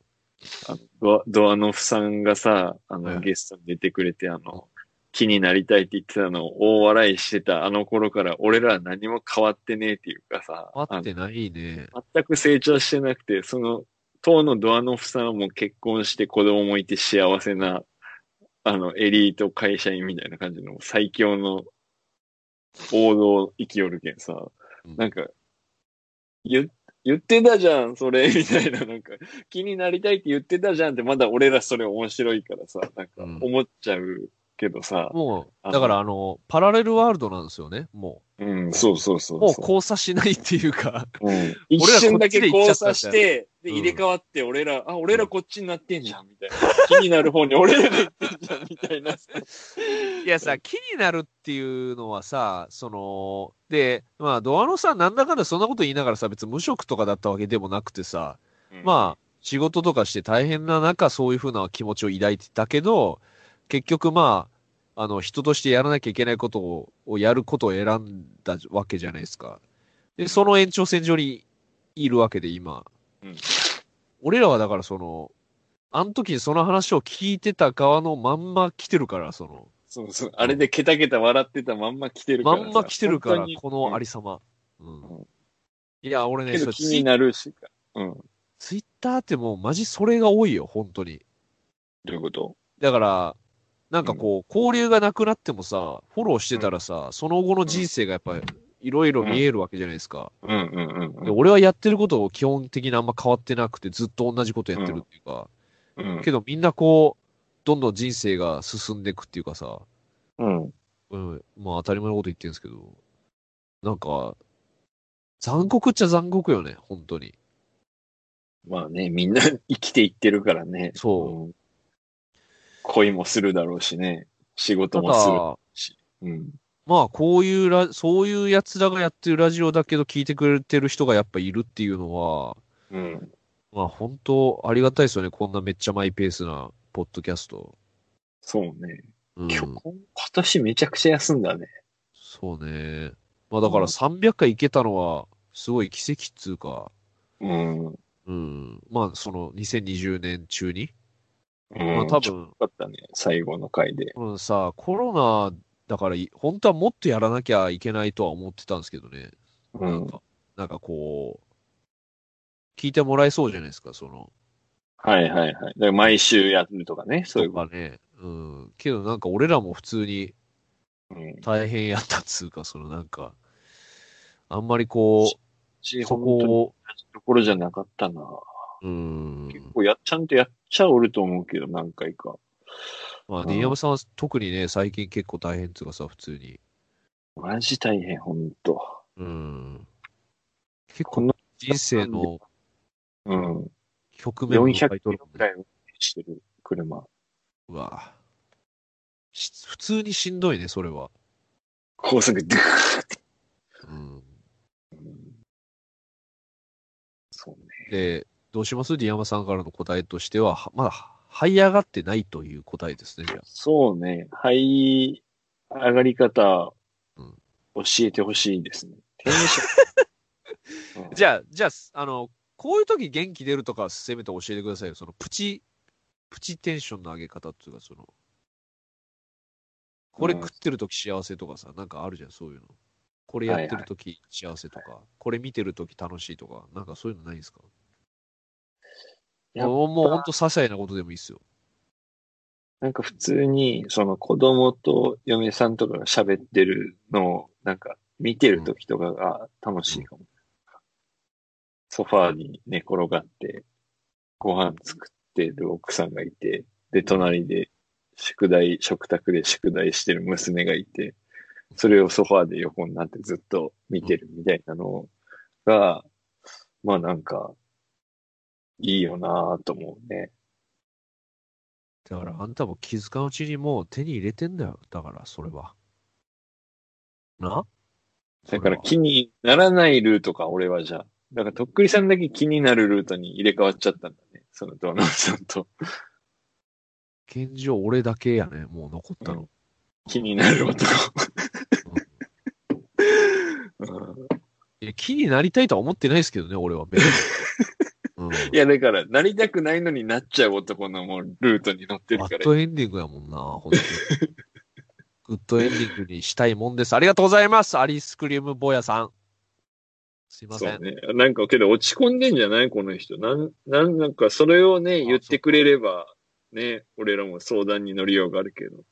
S3: あのドアドアノフさんがさ、あ
S2: う
S3: の、
S2: ん
S3: ゲストに出てくれて、あの、気になりたいって言ってたのを大笑いしてたあの頃から俺らは何も変わってねえっていうかさ、
S2: 待ってないね。
S3: あの全く成長してなくて、その、当のドアノフさんはもう結婚して子供もいて幸せな、あの、エリート会社員みたいな感じの最強の王道生きよるけんさ、
S2: うん
S3: なんか、言、言ってたじゃん、それ、み たいな、なんか、気になりたいって言ってたじゃんって、まだ俺らそれ面白いからさ、なんか
S2: うん、
S3: 思っちゃうけどさ、
S2: も
S3: あ
S2: う、
S3: の
S2: だからあの、パラレルワールドなんですよね、も。
S3: うん、そうそうそうう
S2: もう
S3: そう
S2: 交差しないっていうか、
S3: うん一瞬だけ交差して、で、
S2: うん
S3: 入れ替わって、俺ら、あ、俺らこっちになってんじゃん、みたいな。気になる方に俺らが行ってんじゃん、みたいな。
S2: いやさ、気になるっていうのはさ、その、で、まあ、ドアのさ、なんだかんだそんなこと言いながらさ、別に無職とかだったわけでもなくてさ、まあ、仕事とかして大変な中、そういうふうな気持ちを抱いてたけど、結局まあ、あの、人としてやらなきゃいけないことを、をやることを選んだわけじゃないですか。で、その延長線上にいるわけで、今。
S3: うん
S2: 俺らはだからその、あの時にその話を聞いてた側のまんま来てるから、その、
S3: そうそう。あれでケタケタ笑ってたまんま来てるからさ。
S2: まんま来てるから
S3: 本当、に
S2: このあり
S3: う
S2: さま。うん
S3: うん
S2: いや、俺
S3: ん
S2: ね、
S3: け
S2: そ
S3: ど
S2: れ
S3: 気
S2: ツイ
S3: になるしか。うん。ど
S2: ツイッターってもうマジそれが多いよ、本当に。
S3: ういうこと
S2: だから、なんかこう、交流がなくなってもさ、フォローしてたらさ、その後の人生がやっぱり、いろいろ見えるわけじゃないですか。
S3: うんうんうん
S2: で俺はやってることを基本的にあんま変わってなくて、ずっと同じことやってるっていうか、
S3: うん。
S2: けどみんなこう、どんどん人生が進んでいくっていうかさ、
S3: うん。
S2: うん、まあ当たり前のこと言ってるんですけど、なんか、残酷っちゃ残酷よね、本当に。
S3: まあね、みんな 生きていってるからね。
S2: そう
S3: うん。恋もするだろうしね。仕
S2: た
S3: 事もする
S2: だ、
S3: し。うん。
S2: まあこういうラ、そういう奴らがやってるラジオだけど聞いてくれてる人がやっぱいるっていうのは、
S3: うん。
S2: まあ本当ありがたいですよね、こんなめっちゃマイペースなポッドキャスト。
S3: そうね。
S2: うん、
S3: 今日、今年めちゃくちゃ休んだね。
S2: そうね。まあだから300回いけたのは、すごい奇跡っつうか、
S3: うん。うん。
S2: うん。まあその2020年中に、ま
S3: ま
S2: あ多分、
S3: よかったね、最後の回で。
S2: うん、さ、コロナだからい、本当はもっとやらなきゃいけないとは思ってたんですけどね。
S3: う
S2: なん
S3: ん。
S2: か、なんかこう、聞いてもらえそうじゃないですか、その、
S3: はいはいはい。だから毎週やるとかね、そうい
S2: と
S3: うこ
S2: かね。うん。けどなんか俺らも普通に
S3: と。うん。
S2: 大変やったっつうか、そのなんか、あんまりこう、そ
S3: そこ
S2: こを、
S3: ところじゃなかったな。
S2: うん。
S3: 結構やっちゃんとやっちゃおると思うけど、何回か。
S2: まあ、
S3: うん
S2: 新山さんは特にね、最近結構大変っつうかさ、普通に。
S3: マジ大変、ほんと。
S2: うん。結
S3: こ
S2: 構
S3: の、
S2: 人生の
S3: うん。
S2: 局面を迎
S3: 400
S2: えとる
S3: キ
S2: も
S3: ロ
S2: んね
S3: ぐらい運転してる車。
S2: うわし普通にしんどいね、それは。
S3: 高速で、
S2: うん、
S3: そうね。
S2: で、どうしますディアマさんからの答えとしては、はまだ、這い上がってないという答えですね、じゃあ。
S3: そうね。はい、上がり方
S2: うん、
S3: 教えてほしいですね。 転職
S2: じゃあ、じゃあ、あの、こういう時元気出るとか、せめて教えてくださいよ。その、プチ、プチテンションの上げ方っていうか、その、これ
S3: うん
S2: 食ってる時幸せとかさ、なんかあるじゃん、そういうの。これやってる時幸せとか、これ見てる時楽しいとか、なんかそういうのないですか
S3: やっぱ
S2: もう、もうほんと些細なことでもいいっすよ。
S3: なんか普通に、その子供と嫁さんとかが喋ってるのを、なんか見てる時とかが楽しいかも。ソファーに寝転がって、ご飯作ってる奥さんがいて、で、隣で宿題、食卓で宿題してる娘がいて、それをソファーで横になってずっと見てるみたいなのが、まあなんか、いいよなぁと思うね。
S2: だからあんたも気づかんうちにもう手に入れてんだよ。だからそれは。な
S3: だから気にならないルートか、俺はじゃあ。だからとっくりさんだけ気になるルートに入れ替わっちゃったんだね。そのドーナツさんと。
S2: 現状俺だけやね、もう残ったの。
S3: 気になる男。うん
S2: いや気になりたいとは思ってないですけどね、俺は別 に。うん、
S3: いや、だから、なりたくないのになっちゃう男のもうルートに乗ってる
S2: バ
S3: か
S2: ッ
S3: ら。
S2: ドエンディングやもんな、本当に。グッドエンディングにしたいもんです。ありがとうございます、アリスクリーム坊やさん。すいま
S3: そ
S2: せ。
S3: うんね。なんか、けど落ち込んでんじゃないこの人。なん、なん、なんか、それをね、
S2: あ
S3: 言ってくれれば、ね、俺らも相談に乗りようがあるけど。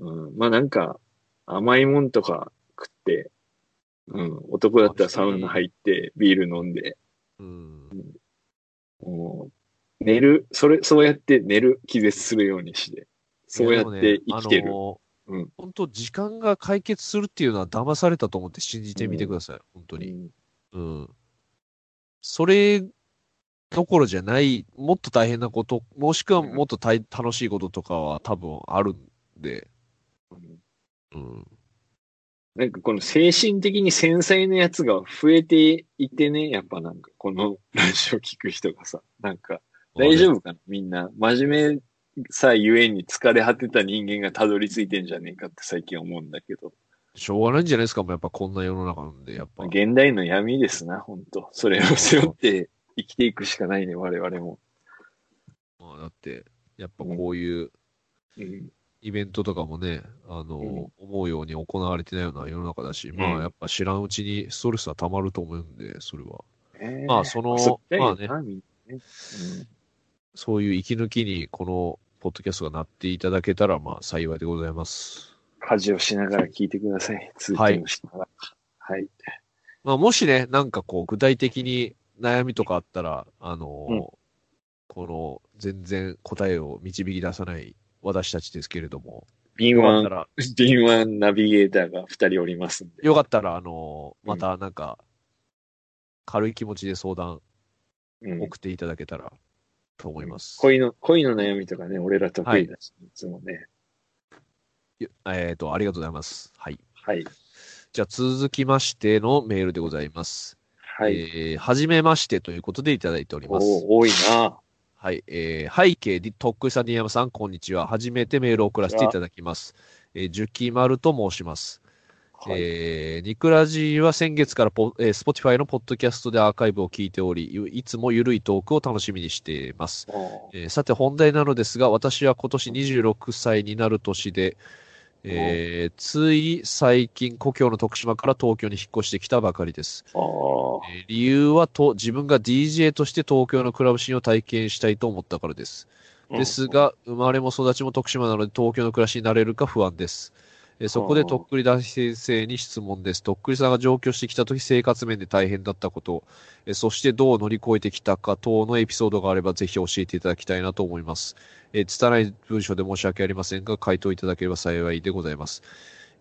S3: うん。まあ、なんか、甘いもんとか食って、うん。男だったらサウナ入って、ビール飲んで、
S2: うん、
S3: もう、寝る。それ、そうやって寝る。気絶するようにして。そうやって生きて
S2: いやで
S3: る。
S2: もねあ
S3: う
S2: の
S3: ん
S2: 本当、時間が解決するっていうのは騙されたと思って信じてみてください、本当に。うん。それどころじゃない、もっと大変なこと、もしくはもっと大楽しいこととかは多分あるんで、
S3: うん
S2: うん。
S3: なんかこの精神的に繊細なやつが増えていてね、やっぱなんかこのラジオ聞く人がさ、なんか大丈夫かなみんな。真面目さゆえに疲れ果てた人間がたどり着いてんじゃねえかって最近思うんだけど。
S2: しょうがないんじゃないですか、もうやっぱこんな世の中なんで、やっぱ。
S3: 現代の闇ですな、ほんと。それを背負って生きていくしかないね、我々も。
S2: まあ、だって、やっぱこういう
S3: うん。
S2: イベントとかもね、あの、
S3: うん
S2: 思うように行われてないような世の中だし、
S3: ん
S2: まあやっぱ知らんうちにストレスは溜まると思うんで、それは。
S3: ねえ
S2: まあその
S3: そっ
S2: ま
S3: かよ
S2: あね
S3: な、みんなね。
S2: そういう息抜きに、このポッドキャストがなっていただけたら、まあ幸いでございます。
S3: 家事をしながら聞いてください。通勤をしながら。はい。
S2: まあもしね、なんかこう、具体的に悩みとかあったら、あの
S3: うん
S2: この全然答えを導き出さない私たちですけれども、
S3: 敏
S2: よかっ
S3: 腕
S2: たら、
S3: 敏腕ナビゲーターが二人おりますんで。
S2: よかったら、あの
S3: うん
S2: またなんか、軽い気持ちで相談
S3: うん、
S2: 送っていただけたらと思います。
S3: 恋の、恋の悩みとかね、俺ら得意だし、い、つもね。
S2: いえっ、と、ありがとうございます。はい。
S3: はい。
S2: じゃあ続きましてのメールでございます。
S3: はい。
S2: えーはじめましてということでいただいており
S3: お
S2: ま
S3: ー
S2: す。
S3: 多いな。
S2: はい、えー、背景で、とっくりさん、新山さん、こんにちは。初めてメールを送らせていただきます。えー、ジュキマルと申します。
S3: はい。
S2: えー、ニクラジは先月からポ、えー、Spotify のポッドキャストでアーカイブを聞いており、いいつもゆるいトークを楽しみにしています。
S3: おー
S2: えーさて本題なのですが、私は今年26歳になる年で、えーつい最近故郷の徳島から東京に引っ越してきたばかりです。
S3: おー
S2: えー理由はと自分が DJ として東京のクラブシーンを体験したいと思ったからです。ですが、生まれも育ちも徳島なので東京の暮らしになれるか不安です。えーそこでとっくり大先生に質問です。とっくりさんが上京してきた時生活面で大変だったこと、えーそしてどう乗り越えてきたか等のエピソードがあればぜひ教えていただきたいなと思います。えー、拙い文章で申し訳ありませんが、回答いただければ幸いでございます。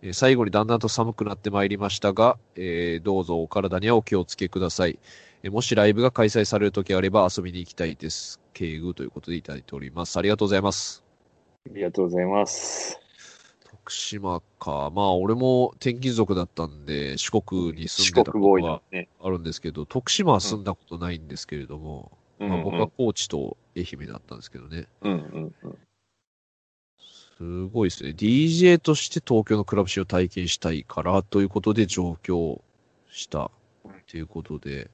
S2: えー最後にだんだんと寒くなってまいりましたが、えーどうぞお体にはお気をつけください。えーもしライブが開催されるときあれば遊びに行きたいです。敬具ということでいただいております。ありがとうございます。
S3: ありがとうございます。
S2: 徳島か。まあ、俺も転勤族だったんで、四国に住
S3: 四
S2: んで
S3: 国
S2: たこ
S3: ボーイ
S2: と
S3: だ
S2: は
S3: ね。
S2: あるんですけど、徳島は住んだことないんですけれども、
S3: うん
S2: ま
S3: う
S2: あ、
S3: ん
S2: 僕は高知と愛媛だったんですけどね。
S3: うんうんうん。
S2: すごいですね。DJ として東京のクラブシーンを体験したいからということで上京したということで、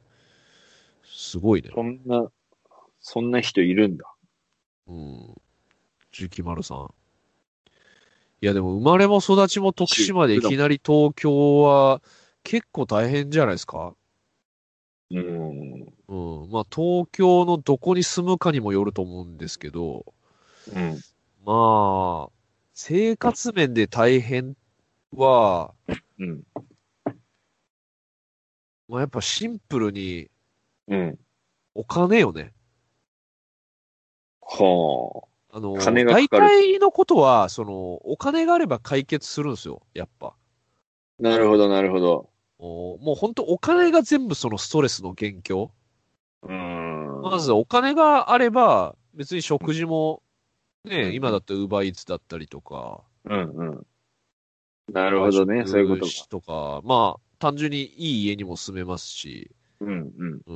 S2: すごいね。
S3: そんな、そんな人いるんだ。
S2: うん。ジュキマルさん。いや、でも生まれも育ちも徳島でいきなり東京は結構大変じゃないですか。
S3: うん。うん。
S2: うん。まあ、東京のどこに住むかにもよると思うんですけど、まあ、生活面で大変は、
S3: うん。
S2: まあ、やっぱシンプルに
S3: うん。
S2: お金よね。
S3: は
S2: あの、
S3: 金がかかる
S2: 大体のことは、その、お金があれば解決するんですよ、やっぱ。
S3: あ。なるほど、なるほど。
S2: おもう本当お金が全部そのストレスの元凶。
S3: うん。
S2: まずお金があれば、別に食事もね、今だってウーバーイーツだったりとか。
S3: うんうん。なるほどね、そういうことか。
S2: とか、まあ、単純にいい家にも住めますし、
S3: うんうん。
S2: う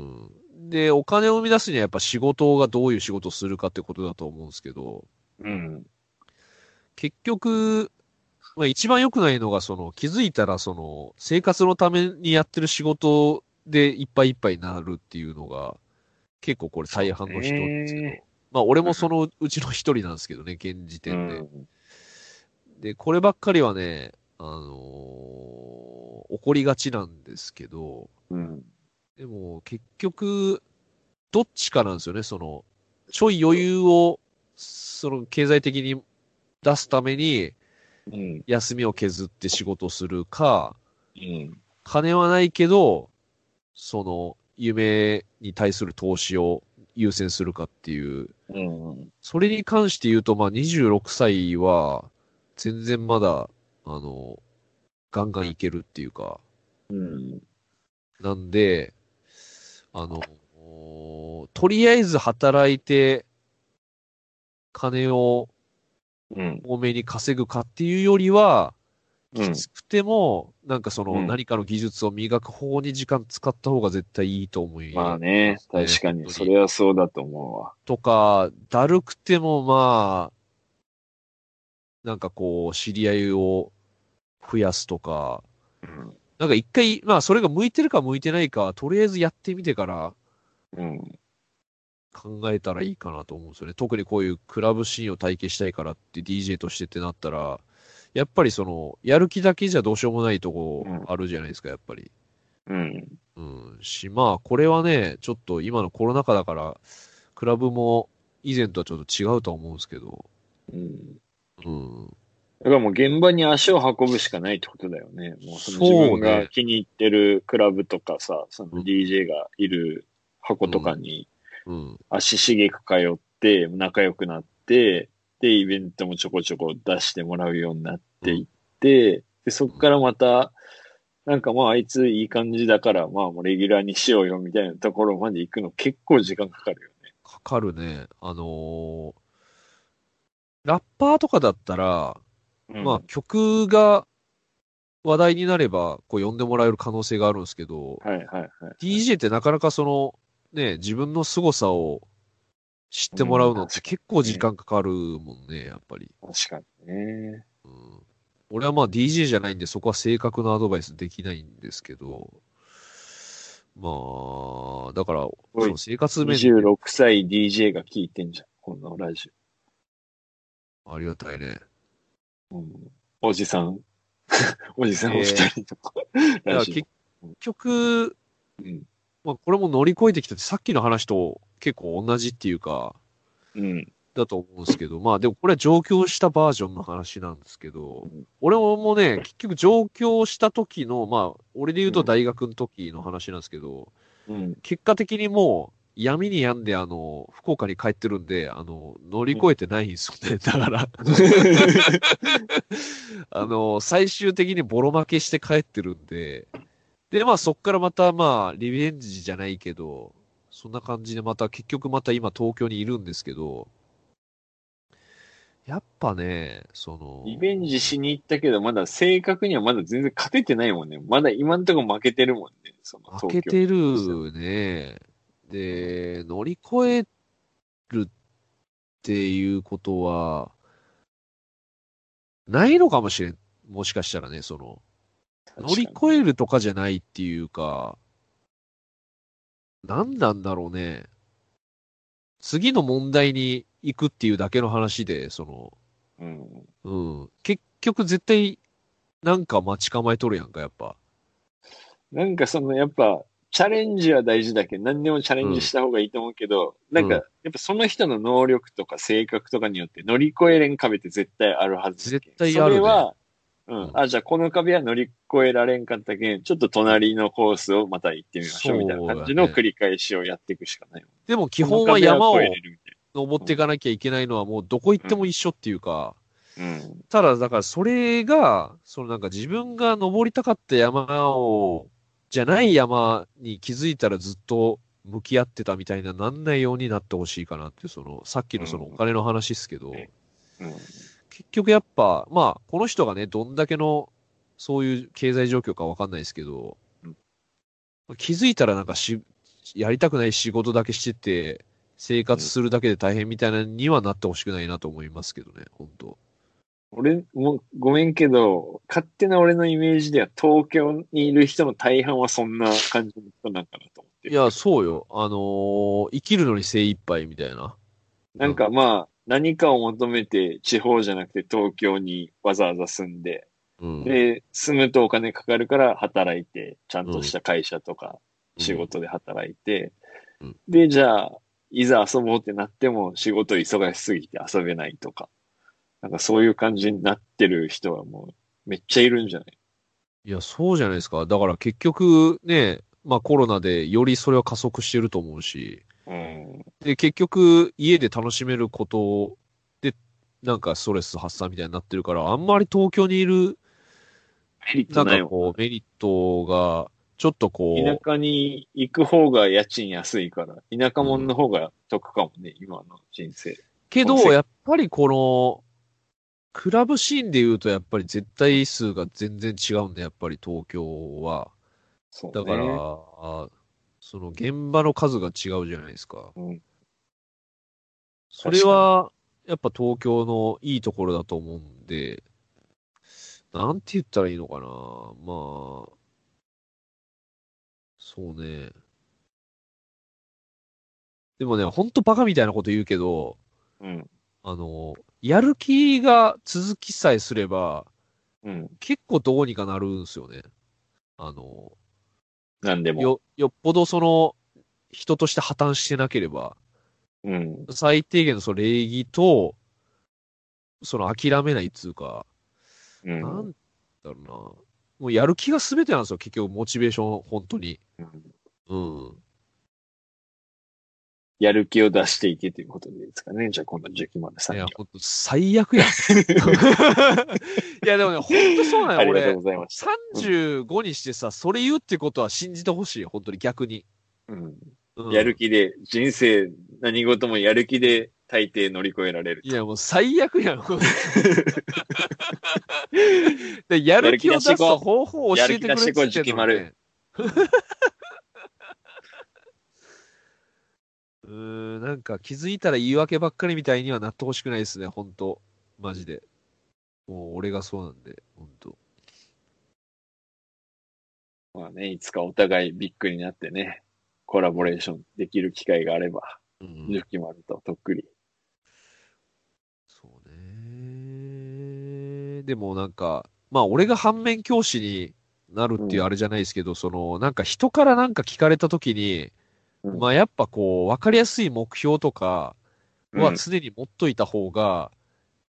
S2: ん。で、お金を生み出すにはやっぱ仕事がどういう仕事をするかってことだと思うんですけど、
S3: うん。
S2: 結局、まあ一番良くないのが、その、気づいたら、その、生活のためにやってる仕事でいっぱいいっぱいになるっていうのが、結構これ大半の人ですけど、
S3: ね
S2: まあ俺もそのうちの一人なんですけどね、現時
S3: う
S2: 点で。
S3: ん、
S2: で、こればっかりはね、あのー起こりがちなんですけど、
S3: うん。
S2: でも結局、どっちかなんですよね、その、ちょい余裕を、その、経済的に出すために、
S3: うん。
S2: 休みを削って仕事するか、
S3: うん。
S2: 金はないけど、その、夢に対する投資を優先するかっていう、
S3: うん。
S2: それに関して言うと、まあ、26歳は、全然まだ、あの、ガンガンいけるっていうか、
S3: うん。
S2: なんで、あの、おーとりあえず働いて、金を
S3: うん。
S2: 多めに稼ぐかっていうよりは、
S3: うん
S2: きつくても、なんかその
S3: うん
S2: 何かの技術を磨く方に時間使った方が絶対いいと思い
S3: まあね、確かに、それはそうだと思うわ。
S2: とか、だるくてもまあ、なんかこう、知り合いを増やすとか、なんか一回、まあそれが向いてるか向いてないか、とりあえずやってみてから
S3: うん。
S2: 考えたらいいかなと思うんですよね。特にこういうクラブシーンを体験したいからって DJ としてってなったら、やっぱりその、やる気だけじゃどうしようもないとこあるじゃないですか、やっぱり。
S3: うん。
S2: うん。し、まあ、これはね、ちょっと今のコロナ禍だから、クラブも以前とはちょっと違うとは思うんですけど、
S3: うん。
S2: うん。
S3: だからもう現場に足を運ぶしかないってことだよね。もうその
S2: そう
S3: 自
S2: ね
S3: 分が気に入ってるクラブとかさ、その DJ がいる箱とかに
S2: うん。
S3: 足しげく通って、仲良くなって、で、イベントもちょこちょこ出してもらうようになっていって、で、そこからまた、なんかまああいついい感じだから、まあもうレギュラーにしようよみたいなところまで行くの結構時間かかるよね。
S2: かかるね。あのーラッパーとかだったら、
S3: うん
S2: まあ、曲が話題になれば、こう、呼んでもらえる可能性があるんですけど、
S3: はいはいはい。
S2: DJ ってなかなかその、ね、自分の凄さを知ってもらうのって結構時間かかるもんね、やっぱり。
S3: 確かにね。
S2: うん俺はまあ DJ じゃないんで、そこは正確なアドバイスできないんですけど、まあ、だから、
S3: おい
S2: その生活面で
S3: 26歳 DJ が聞いてんじゃん、このラジ
S2: ありがたいね。
S3: オ。うんおじさん。 おじさんお二人とか。
S2: だか
S3: ラ
S2: ら
S3: ジ
S2: 結局、
S3: オ。うん。
S2: まあ、これも乗り越えてきたって、さっきの話と結構同じっていうか、
S3: うん。
S2: だと思うんですけど、まあでもこれは上京したバージョンの話なんですけど
S3: うん、
S2: 俺もね、結局上京した時の、まあ、俺で言うと大学の時の話なんですけど、
S3: うん。
S2: 結果的にもう、闇に病んで、あの、福岡に帰ってるんで、あの、乗り越えてないんですよね。だから、あの、最終的にボロ負けして帰ってるんで、で、まあそっからまた、まあ、リベンジじゃないけど、そんな感じでまた、結局また今東京にいるんですけど、やっぱね、その、
S3: リベンジしに行ったけど、まだ正確にはまだ全然勝ててないもんね。まだ今んとこ負けてるもんね。その
S2: 負
S3: 東
S2: け
S3: 京
S2: てるね。で、乗り越えるっていうことは、ないのかもしれん。もしかしたらね、その、乗り越えるとかじゃないっていうか、何なんだろうね。次の問題に行くっていうだけの話で、その、
S3: うん。
S2: うん。結局絶対、なんか待ち構えとるやんか、やっぱ。
S3: なんかそのやっぱ、チャレンジは大事だけど、何でもチャレンジした方がいいと思うけど、なんか、
S2: うん
S3: やっぱその人の能力とか性格とかによって乗り越えれん壁って絶対あるはずだけん
S2: 絶対あるね
S3: それは、うん、
S2: うん
S3: あ、じゃあこの壁は乗り越えられんかったけん、ちょっと隣のコースをまた行ってみましょうみたいな感じの
S2: そうだね
S3: 繰り返しをやっていくしかないもん。
S2: でも基本は山
S3: こ
S2: を
S3: の壁は越えれるみたいな
S2: 登っていかなきゃいけないのはもうどこ行っても一緒っていうか、
S3: うん。
S2: ただだからそれが、そのなんか自分が登りたかった山を、じゃない山に気づいたらずっと向き合ってたみたいななんないようになってほしいかなっていう、その、さっきのそのお金の話ですけど、
S3: うん。
S2: 結局やっぱ、まあ、この人がね、どんだけの、そういう経済状況かわかんないですけど
S3: うん、
S2: 気づいたらなんかし、やりたくない仕事だけしてて、生活するだけで大変みたいなにはなってほしくないなと思いますけどね、本当
S3: 俺も、ごめんけど、勝手な俺のイメージでは東京にいる人の大半はそんな感じの人なんかなと思って
S2: い
S3: る。
S2: や、そうよ。あのー生きるのに精一杯みたいな。
S3: なんかまあ、何かを求めて地方じゃなくて東京にわざわざ住んで、
S2: うん、
S3: で、住むとお金かかるから働いて、ちゃんとした会社とか仕事で働いて、
S2: うん
S3: で、じゃあ、いざ遊ぼうってなっても仕事忙しすぎて遊べないとか、なんかそういう感じになってる人はもうめっちゃいるんじゃない
S2: いや、そうじゃないですか。だから結局ね、まあコロナでよりそれは加速してると思うし、
S3: うん。
S2: で、結局家で楽しめることで、なんかストレス発散みたいになってるから、あんまり東京にいる、
S3: メリッ
S2: な
S3: ト
S2: ん
S3: ない
S2: か
S3: もん
S2: こう、メリットが、ちょっとこ
S3: 田
S2: う、
S3: 舎に行く方が家賃安いから、田舎者の方が得かもね、今の人生。
S2: けど
S3: この、せ
S2: やっぱりこの、クラブシーンで言うとやっぱり絶対数が全然違うんで、やっぱり東京は。
S3: そう
S2: だ
S3: ね。
S2: から、あその現場の数が違うじゃないですか。
S3: うん
S2: それは、やっぱ東京のいいところだと思うんで、なんて言ったらいいのかな。まあ、そうね。でもね、ほんとバカみたいなこと言うけど、
S3: うん。
S2: あの、やる気が続きさえすれば、
S3: うん。
S2: 結構どうにかなるんですよね。あの、
S3: なんでも。
S2: よ、よっぽどその、人として破綻してなければ、
S3: うん。
S2: 最低限のその礼儀と、その諦めないっつうか、
S3: う
S2: なん
S3: ん。
S2: だろうな。もうやる気が全てなんですよ、結局、モチベーション、本当に。うん。
S3: やる気を出していけということでですかね。じゃあ今度受験までさん
S2: い
S3: に
S2: や
S3: は、
S2: 本当最悪 や。いや、でもね、本当そうなの
S3: あ
S2: よ、
S3: りがと
S2: 俺。
S3: うございました。
S2: 35にしてさ、それ言うってことは信じてほしい、本当に、逆に。
S3: うん。
S2: うん
S3: やる気で、人生、何事もやる気で大抵乗り越えられる。
S2: いや、もう最悪やん。でやる気を出す方法を教えてくれっつってんのにね。 うーん、なんか気づいたら言い訳ばっかりみたいにはなってほしくないですね、本当マジで。もう俺がそうなんで、本当
S3: まあね、いつかお互いビッグになってね、コラボレーションできる機会があれば、
S2: うん
S3: 受験までととっくり。
S2: そうね。でもなんか、まあ俺が反面教師になるっていうあれじゃないですけど、その、なんか人からなんか聞かれた時に、
S3: うん
S2: まあやっぱこう、わかりやすい目標とかは
S3: うん
S2: 常に持っといた方が、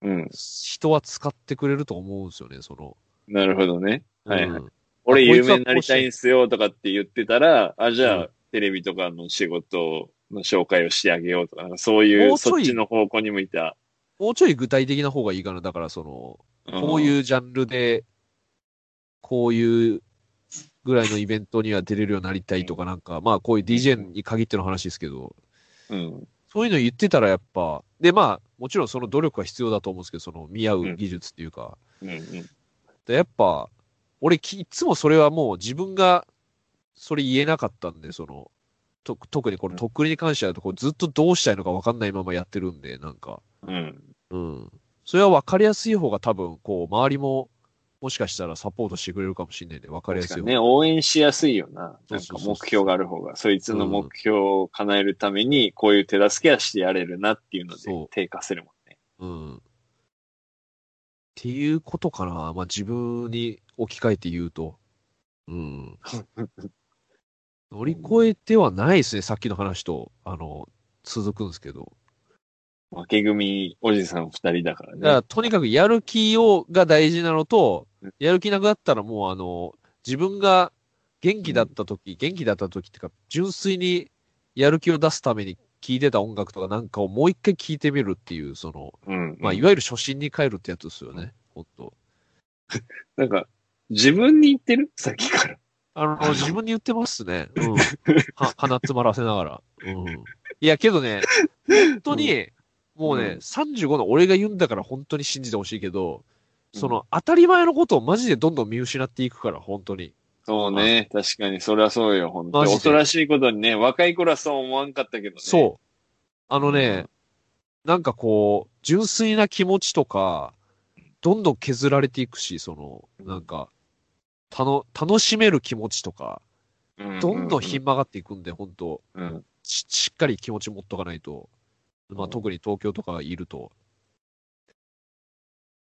S3: うん。
S2: 人は使ってくれると思うんですよね、その。
S3: なるほどね。はいはい
S2: うん
S3: 俺
S2: こい
S3: 有
S2: つは
S3: 名になりたいんすよとかって言ってたら、あ、じゃ
S2: う
S3: あ、テレビとかの仕事の紹介をしてあげようとか、なんかそうい
S2: もうち
S3: う、
S2: ょ
S3: そっ
S2: い
S3: ちの方向に向いた。
S2: もうちょい具体的な方がいいかな。だからその、こう
S3: う
S2: いうジャンルで、こういうぐらいのイベントには出れるようになりたいとかなんか、まあこういう DJ に限っての話ですけど、
S3: ん。うん。
S2: そういうの言ってたらやっぱ、でまあもちろんその努力は必要だと思うんですけど、その見合う技術っていうか、
S3: うんうん。
S2: でやっぱ、俺きいつもそれはもう自分がそれ言えなかったんで、その、と特にこのとっくりに関してはこうずっとどうしたいのか分かんないままやってるんで、なんか。
S3: うん。
S2: うん。それは分かりやすい方が多分、こう、周りも、もしかしたらサポートしてくれるかもしれないんで、分かりや
S3: 確か
S2: すい
S3: に
S2: 方。
S3: ね、応援しやすいよな。
S2: そ
S3: な
S2: うんそ
S3: か
S2: うそうそう
S3: 目標がある方が、そいつの目標を叶えるために、こういう手助けはしてやれるなっていうので
S2: そう、
S3: 低下するもんね。
S2: うん。っていうことかな。まあ、自分に置き換えて言うと。うん。乗り越えてはないですね、さっきの話と、あの、続くんですけど。
S3: 負け組おじさん二人だからね。
S2: だから、とにかくやる気を、が大事なのと
S3: うん、
S2: やる気なくなったらもう、あの、自分が元気だった時、元気だった時っていうか、純粋にやる気を出すために聴いてた音楽とかなんかをもう一回聴いてみるっていう、その、
S3: うん、
S2: まあ、いわゆる初心に帰るってやつですよね、ほんと。
S3: なんか、自分に言ってるさっきから。
S2: あの、自分に言ってます ね。うん。は鼻詰まらせながら。うん。いや、けどね、本当に、もうね、
S3: うん
S2: 35の俺が言うんだから本当に信じてほしいけど、その当たり前のことをマジでどんどん見失っていくから、本当に。
S3: そうね。確かに、それはそうよ、本当
S2: マジで
S3: 恐ろしいことにね、若い頃はそう思わんかったけどね。
S2: そう。あのね、なんかこう、純粋な気持ちとか、どんどん削られていくし、その、なんか、たの、楽しめる気持ちとか、
S3: ううう。
S2: どんどんひん曲がっていくんで、本当
S3: うん。
S2: し、しっかり気持ち持っとかないと。まあ、
S3: うん
S2: 特に東京とかいると、